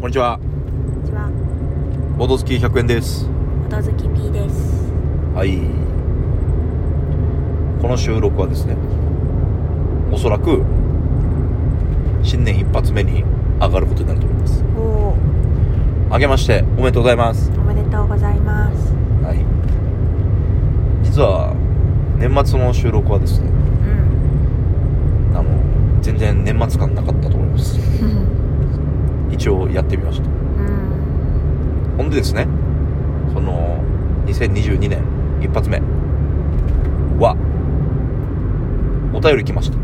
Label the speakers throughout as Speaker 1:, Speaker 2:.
Speaker 1: こんにちは。
Speaker 2: こんにちは、
Speaker 1: ボードスキー100円です。
Speaker 2: 音月 P です。
Speaker 1: はい。この収録はですね、おそらく、新年一発目に上がることになると思います。
Speaker 2: おお、
Speaker 1: あげまして、おめでとうございます。
Speaker 2: おめでとうございます。
Speaker 1: はい。実は、年末の収録はですね、
Speaker 2: うん。
Speaker 1: あの、全然年末感なかったと思います。一応やってみました。
Speaker 2: うん。
Speaker 1: ほんでですね、その、2022年一発目は、お便り来ました。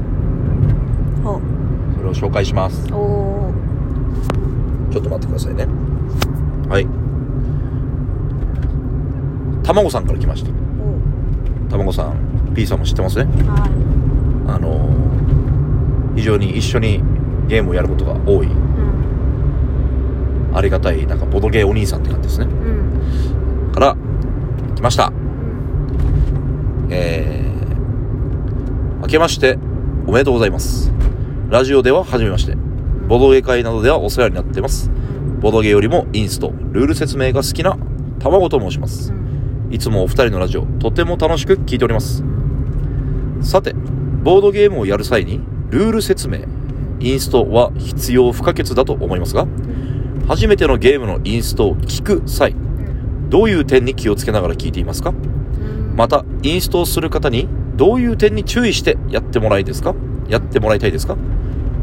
Speaker 2: お、
Speaker 1: それを紹介します。
Speaker 2: おお、
Speaker 1: ちょっと待ってくださいね。はい。たまごさんから来ました。たまごさん、P さんも知ってますね。
Speaker 2: お、は
Speaker 1: あのー非常に一緒にゲームをやることが多い、
Speaker 2: い。うん。
Speaker 1: ありがたい、なんかボドゲーお兄さんって感じですね。
Speaker 2: うん。
Speaker 1: から、来ました。
Speaker 2: うん。
Speaker 1: えー、明けましておめでとうございます。ラジオでは初めまして。ボドゲ会などではお世話になってます。ボドゲよりもインスト、ルール説明が好きな卵と申します。いつもお二人のラジオ、とても楽しく聞いております。さて、ボードゲームをやる際に、ルール説明、インストは必要不可欠だと思いますが、初めてのゲームのインストを聞く際、どういう点に気をつけながら聞いていますかまたインストをする方にどういう点に注意してやってもらいですかやってもらいたいですか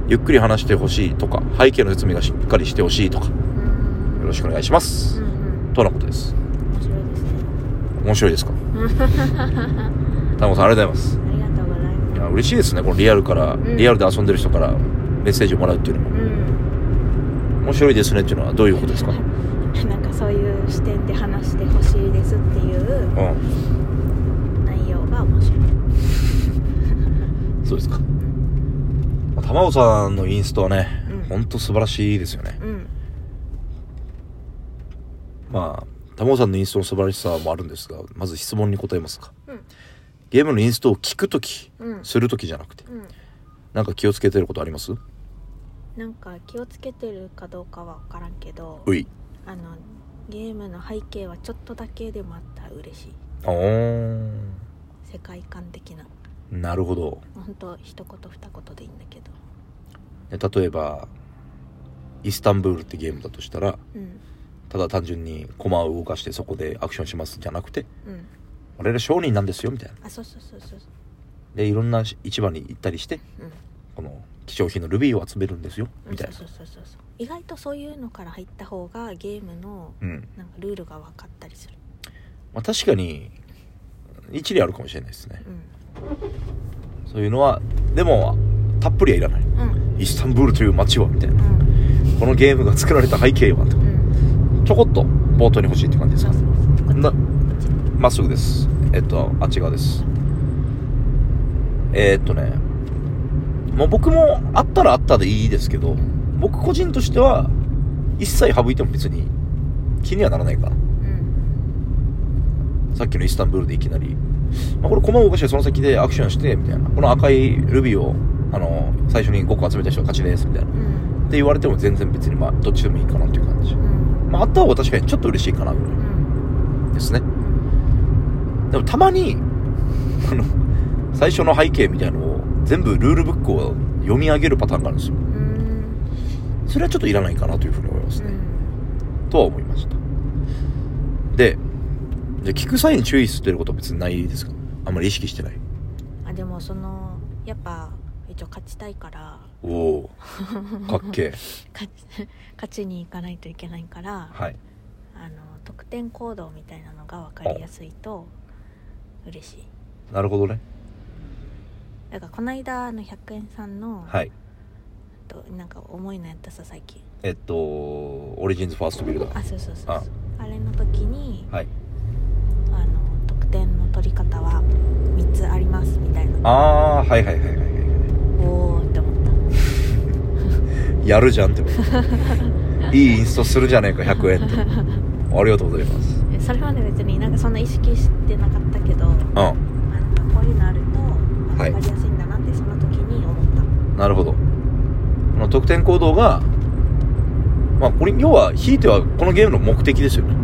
Speaker 1: ゆっくり話してほしいとか背景の説明がしっかりしてほしいとかよ
Speaker 2: うん。
Speaker 1: ろしくお願いします、
Speaker 2: うんうん。
Speaker 1: とのことです
Speaker 2: 面白いですね。
Speaker 1: 面白いですかタモさんありがとうございます
Speaker 2: ありがとうござい
Speaker 1: いや
Speaker 2: ます。
Speaker 1: 嬉しいですねこのリアルから、
Speaker 2: ん
Speaker 1: リアルで遊んでる人からメッセージをもらうっていうのも
Speaker 2: うん。
Speaker 1: 面白いですねっていうのはどういうことですか
Speaker 2: なんかそういう視点で話してほしいですっていう
Speaker 1: うん
Speaker 2: 内容が面白い。
Speaker 1: そうですか玉尾さんのインストはね、
Speaker 2: うん
Speaker 1: ほんと素晴らしいですよね
Speaker 2: うん。
Speaker 1: まあ、タモさんのインストの素晴らしさもあるんですが、まず質問に答えますか。
Speaker 2: うん
Speaker 1: ゲームのインストを聞くとき、
Speaker 2: うん
Speaker 1: するときじゃなくて、
Speaker 2: うん。
Speaker 1: なんか気をつけてることあります
Speaker 2: なんか気をつけてるかどうかは分からんけど
Speaker 1: うい。
Speaker 2: あのゲームの背景はちょっとだけでもあったら嬉しい
Speaker 1: あー、
Speaker 2: 世界観的な
Speaker 1: なるほど。
Speaker 2: 本当一言二言でいいんだけど
Speaker 1: で例えば、イスタンブールってゲームだとしたら、
Speaker 2: うん
Speaker 1: ただ単純に駒を動かしてそこでアクションしますじゃなくて、
Speaker 2: うん
Speaker 1: 我々商人なんですよ、みたいな。
Speaker 2: あそうそうそうそうそ
Speaker 1: で、いろんな市場に行ったりして、
Speaker 2: ううん
Speaker 1: この希少品のルビーを集めるんですよ、
Speaker 2: うん
Speaker 1: みたいな
Speaker 2: そ。うそうそうそうそう意外とそういうのから入った方がゲームの
Speaker 1: うん。
Speaker 2: なんかルールが分かったりする
Speaker 1: まあ確かに、一理あるかもしれないですね。
Speaker 2: う
Speaker 1: そういうのはでもたっぷりはいらない
Speaker 2: んうん
Speaker 1: イスタンブールという街はみたいな
Speaker 2: うん
Speaker 1: このゲームが作られた背景はとか
Speaker 2: うん
Speaker 1: ちょこっと冒頭に欲しいって感じです
Speaker 2: そう
Speaker 1: か
Speaker 2: そうそう
Speaker 1: なまっすぐですえっとあっち側ですえーっとねもう僕もあったらあったでいいですけど僕個人としては一切省いても別に気にはならないかな
Speaker 2: うん
Speaker 1: さっきのイスタンブールでいきなり、まあ、これ駒を動かしてその先でアクションしてみたいなこの赤いルビーをあの最初に5個集めた人が勝ちですみたいな
Speaker 2: うん
Speaker 1: って言われても全然別にまあどっちでもいいかなっていう感じ、
Speaker 2: うん
Speaker 1: まあ、あった方が確かにちょっと嬉しいかなぐら
Speaker 2: うん
Speaker 1: いですねでもたまにあの最初の背景みたいのを全部ルールブックを読み上げるパターンがあるんですよ
Speaker 2: うん
Speaker 1: それはちょっといらないかなというふうに思います
Speaker 2: う
Speaker 1: ね、
Speaker 2: ん
Speaker 1: とは思いましたでで聞く際に注意してることは別にないですかあんまり意識してない
Speaker 2: あでもそのやっぱ一応勝ちたいから
Speaker 1: おおーかっ けえ
Speaker 2: 勝ち勝ちに行かないといけないから
Speaker 1: はい
Speaker 2: あの得点行動みたいなのが分かりやすいと嬉しい
Speaker 1: なるほどね
Speaker 2: だからこの間あの100円さんの、
Speaker 1: はい
Speaker 2: となんか重いのやったさ最近
Speaker 1: えっとオリジンズファーストビルダー
Speaker 2: あそうそうそうそうあれの時に
Speaker 1: はい
Speaker 2: あの得点の取り方は3つありますみたいな
Speaker 1: ああーはいはいはいはいはいはい
Speaker 2: おおって思った
Speaker 1: やるじゃんって思ういいインストするじゃねえか100円ってありがとうございます
Speaker 2: えそれまで別になんかそんな意識してなかったけど、ま
Speaker 1: う
Speaker 2: あ、なんかこういうのあると分か
Speaker 1: はい
Speaker 2: りやすいんだなってその時に思った、
Speaker 1: んなるほどこの得点行動がまあこれ要はひいてはこのゲームの目的ですよね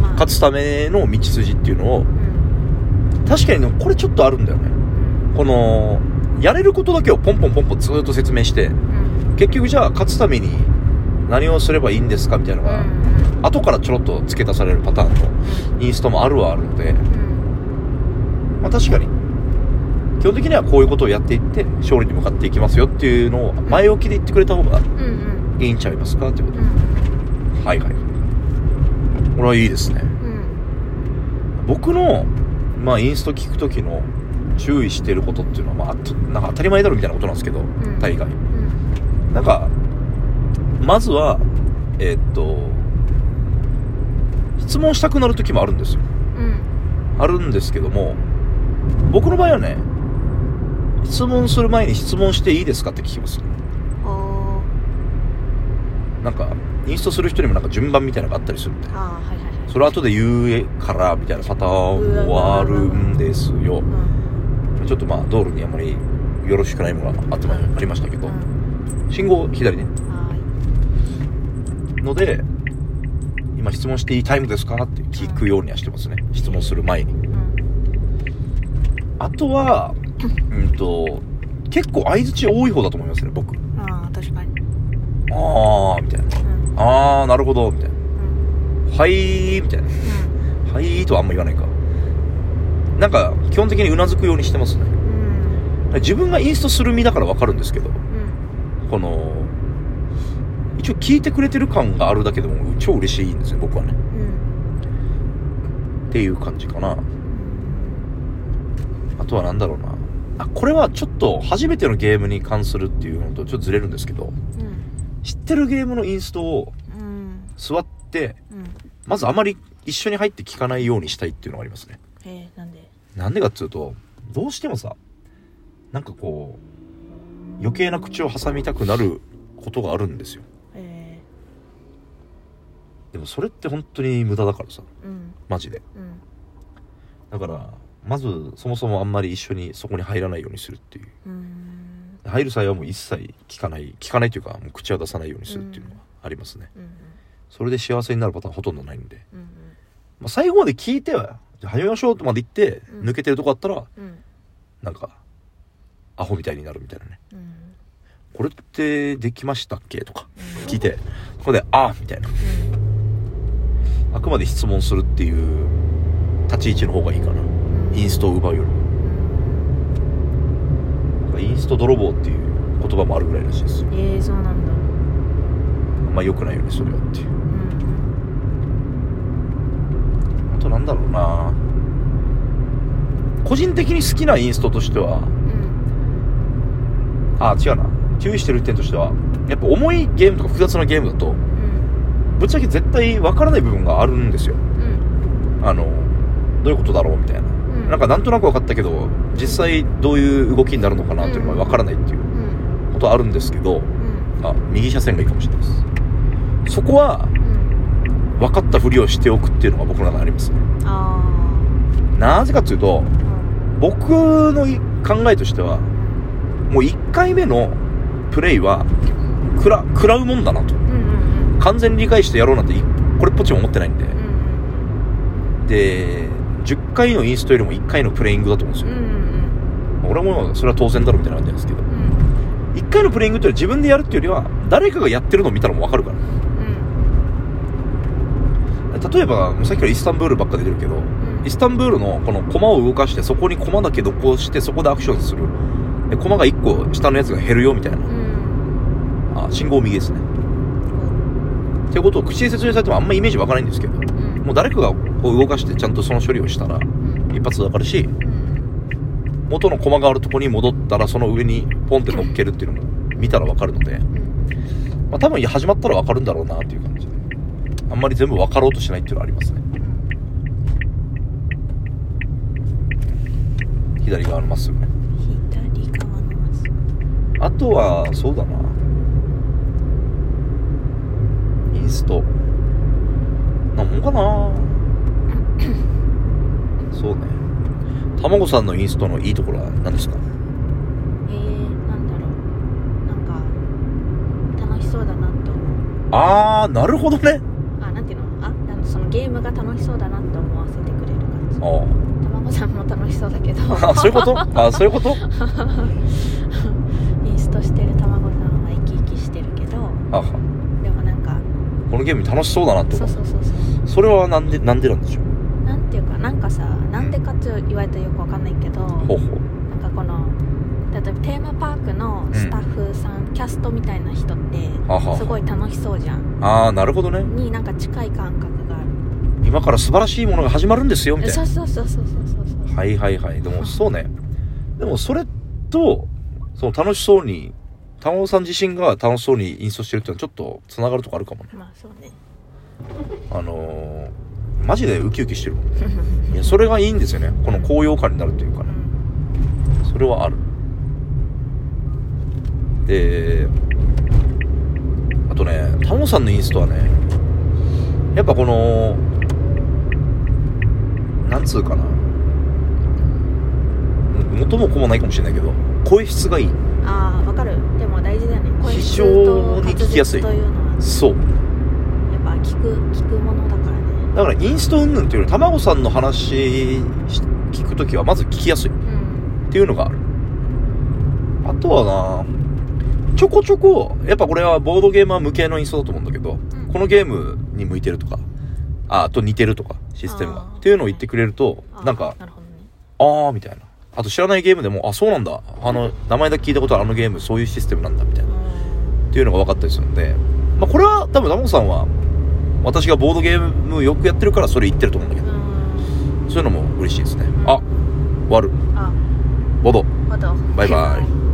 Speaker 2: まあ、
Speaker 1: 勝つための道筋っていうのを
Speaker 2: うん
Speaker 1: 確かにねこれちょっとあるんだよねこのやれることだけをポンポンポンポンずーっと説明して
Speaker 2: うん
Speaker 1: 結局じゃあ勝つために何をすればいいんですかみたいなのが、後からちょろっと付け足されるパターンのインストもあるはあるので、
Speaker 2: うん
Speaker 1: まあ、確かに基本的にはこういうことをやっていって勝利に向かっていきますよっていうのを前置きで言ってくれた方が
Speaker 2: うんうん
Speaker 1: いいんちゃいますかってこ
Speaker 2: う
Speaker 1: と、
Speaker 2: ん
Speaker 1: はいはいこれはいいですね
Speaker 2: うん
Speaker 1: 僕の、まあ、インスト聞く時の注意してることっていうのは、まああと、なんか当たり前だろみたいなことなんですけど、
Speaker 2: ん
Speaker 1: 大概
Speaker 2: うん
Speaker 1: なんかまずはえーっと質問したくなる時もあるんですよ
Speaker 2: うん
Speaker 1: あるんですけども僕の場合はね質問する前に質問していいですかって聞きます
Speaker 2: おー
Speaker 1: なんかインストする人にもなんか順番みたいなのがあったりするんで
Speaker 2: あーはいはいはい
Speaker 1: それ後で言うからみたいなパターンもあるんですよ
Speaker 2: うん
Speaker 1: ちょっとまあ道路にあんまりよろしくないものがあってまありましたけど信号左ね
Speaker 2: うんはーい
Speaker 1: ので今質問していいタイムですかって聞くようにはしてますね質問する前に
Speaker 2: うん
Speaker 1: あとはうんと結構相槌多い方だと思いますね僕
Speaker 2: あー確かに
Speaker 1: ああみたいな
Speaker 2: うん
Speaker 1: あーなるほどみたいな
Speaker 2: うん
Speaker 1: はいーみたいなはいーとはあんま言わないかなんか基本的にうなずくようにしてますね
Speaker 2: うん
Speaker 1: 自分がインストする身だからわかるんですけど
Speaker 2: うん
Speaker 1: この一応聞いてくれてる感があるだけでも超嬉しいんですよ僕はね
Speaker 2: うん
Speaker 1: っていう感じかな
Speaker 2: うん
Speaker 1: あとは何だろうなあこれはちょっと初めてのゲームに関するっていうのとちょっとずれるんですけど知ってるゲームのインストを
Speaker 2: うんうん
Speaker 1: 座って
Speaker 2: うん
Speaker 1: まずあまり一緒に入って聞かないようにしたいっていうのがありますね
Speaker 2: えーなんで
Speaker 1: なんでかっつうとどうしてもさなんかこう余計な口を挟みたくなることがあるんですよ
Speaker 2: え
Speaker 1: でもそれって本当に無駄だからさ
Speaker 2: ーうん
Speaker 1: マジで
Speaker 2: うん
Speaker 1: だからまずそもそもあんまり一緒にそこに入らないようにするっていう
Speaker 2: うん
Speaker 1: 入る際はもう一切聞かない聞かないというかもう口は出さないようにするっていうのがありますね、
Speaker 2: うん
Speaker 1: それで幸せになるパターンほとんどないんで、
Speaker 2: うん
Speaker 1: まあ、最後まで聞いてはじゃあ始めましょうとまで言って、
Speaker 2: うん
Speaker 1: 抜けてるとこあったら
Speaker 2: うんうん
Speaker 1: なんかアホみたいになるみたいなね
Speaker 2: うん
Speaker 1: これってできましたっけとか
Speaker 2: うん
Speaker 1: 聞いてここで「ああ」みたいなあくまで質問するっていう立ち位置の方がいいかな
Speaker 2: うん
Speaker 1: インストを奪うよりも
Speaker 2: うん
Speaker 1: なんかインスト泥棒っていう言葉もあるぐらいらしいですよ
Speaker 2: えーそうなんだ
Speaker 1: あんま良くないよねそれはっていう
Speaker 2: うん
Speaker 1: あとなんだろうな個人的に好きなインストとしては
Speaker 2: うん
Speaker 1: あ違うな注意してる点としてはやっぱ重いゲームとか複雑なゲームだと
Speaker 2: うん
Speaker 1: ぶっちゃけ絶対わからない部分があるんですよ
Speaker 2: うん
Speaker 1: あのどういうことだろうみたいな、
Speaker 2: うん
Speaker 1: なんかなんとなく分かったけど実際どういう動きになるのかなっていうのが分からないっていう
Speaker 2: うん
Speaker 1: ことあるんですけど
Speaker 2: うん
Speaker 1: あ右車線がいいかもしれないですそこは
Speaker 2: うん
Speaker 1: 分かったふりをしておくっていうのが僕の中にあります
Speaker 2: あ
Speaker 1: なぜかっていうと
Speaker 2: ーうん
Speaker 1: 僕のい考えとしてはもう1回目のプレイは食ら食らうもんだなと
Speaker 2: うんうん
Speaker 1: 完全に理解してやろうなんていこれっぽっちも思ってないんで
Speaker 2: うんうん
Speaker 1: で10回のインストよりも1回のプレイングだと思うんです
Speaker 2: うんう
Speaker 1: よ、
Speaker 2: ん
Speaker 1: 俺もそれは当然だろみたいな感じなんですけど
Speaker 2: うん
Speaker 1: 1回のプレイングっていうのは自分でやるっていうよりは誰かがやってるのを見たのも分かるから
Speaker 2: うん
Speaker 1: 例えばもうさっきからイスタンブールばっか出てるけど
Speaker 2: うん
Speaker 1: イスタンブールのこの駒を動かしてそこに駒だけ残してそこでアクションするで駒が1個下のやつが減るよみたいな
Speaker 2: うん
Speaker 1: あ信号右ですねっていうことを口で説明されてもあんまイメージ湧かないんですけども
Speaker 2: うん
Speaker 1: う誰かがこう動かしてちゃんとその処理をしたら
Speaker 2: うん
Speaker 1: 一発でわかるし
Speaker 2: うん
Speaker 1: 元の駒があるとこに戻ったらその上にポンって乗っけるっていうのも見たらわかるので、
Speaker 2: うん
Speaker 1: まあ、多分始まったらわかるんだろうなっていう感じであんまり全部わかろうとしないっていうのはありますね左側のまっすぐね
Speaker 2: 左側のマス
Speaker 1: あとはそうだなインストなんもんか なそうね卵さんのインストのいいところは何ですか
Speaker 2: えー、なんだろうなんか楽しそうだなと思う
Speaker 1: あああなるほどね
Speaker 2: あなんていうのあなんそのゲームが楽しそうだなって思わせてくれる感じ
Speaker 1: あー
Speaker 2: たまごさんも楽しそうだけど
Speaker 1: あそういうことあそういうこと
Speaker 2: インストしてるたまごさんは生き生きしてるけど
Speaker 1: あ
Speaker 2: でもなんか
Speaker 1: このゲーム楽しそうだなって
Speaker 2: そ
Speaker 1: 思
Speaker 2: う
Speaker 1: う
Speaker 2: そうそうそう
Speaker 1: それはなんでなんでなんでしょう
Speaker 2: なんていうかなんかさなんでかって言われたらよくわかんないけど
Speaker 1: ほうほう
Speaker 2: なんかこの例えばテーマパークのスタッフさん、キャストみたいな人って
Speaker 1: はあはあ
Speaker 2: すごい楽しそうじゃん
Speaker 1: ああなるほどね
Speaker 2: になんか近い感覚がある
Speaker 1: 今から素晴らしいものが始まるんですよみたい
Speaker 2: そ
Speaker 1: な
Speaker 2: うそうそうそうそうそうそう
Speaker 1: はいはいはいでもそうねでもそれとその楽しそうにタモさん自身が楽しそうにインストしてるっていうのはちょっとつながるとこあるかもね
Speaker 2: まあそうね
Speaker 1: あのー、マジでウキウキしてるいやそれがいいんですよねこの高揚感になるというか
Speaker 2: う
Speaker 1: ね
Speaker 2: ん
Speaker 1: それはあるであとねタモさんのインストはねやっぱこのなんつうかな元も子もないかもしれないけど声質がいい
Speaker 2: ああわかるでも大事だよね声
Speaker 1: 非
Speaker 2: 質
Speaker 1: 常
Speaker 2: と
Speaker 1: に
Speaker 2: 滑
Speaker 1: 聞きやすい
Speaker 2: 舌というのは
Speaker 1: そう
Speaker 2: やっぱ聞く聞くものだからね
Speaker 1: だからインスト云々っていうよりたまごさんの話し聞くときはまず聞きやすい
Speaker 2: うん
Speaker 1: っていうのがあるあとはなちょこちょこやっぱこれはボードゲーマー向けのインストだと思うんだけど、
Speaker 2: うん
Speaker 1: このゲームに向いてるとかあと似てるとかシステム
Speaker 2: あ
Speaker 1: が
Speaker 2: ー
Speaker 1: っていうのを言ってくれると
Speaker 2: あー
Speaker 1: なんか
Speaker 2: なるほどね
Speaker 1: あーみたいなあと知らないゲームでもあそうなんだあの名前だけ聞いたことあるあのゲームそういうシステムなんだみたいなっていうのが分かったりするので、まあ、これは多分ダモさんは私がボードゲームよくやってるからそれ言ってると思うんだ
Speaker 2: う
Speaker 1: け
Speaker 2: ん
Speaker 1: どそういうのも嬉しいですね
Speaker 2: うん
Speaker 1: あ終わる
Speaker 2: あ
Speaker 1: ボード
Speaker 2: あと
Speaker 1: バイバイ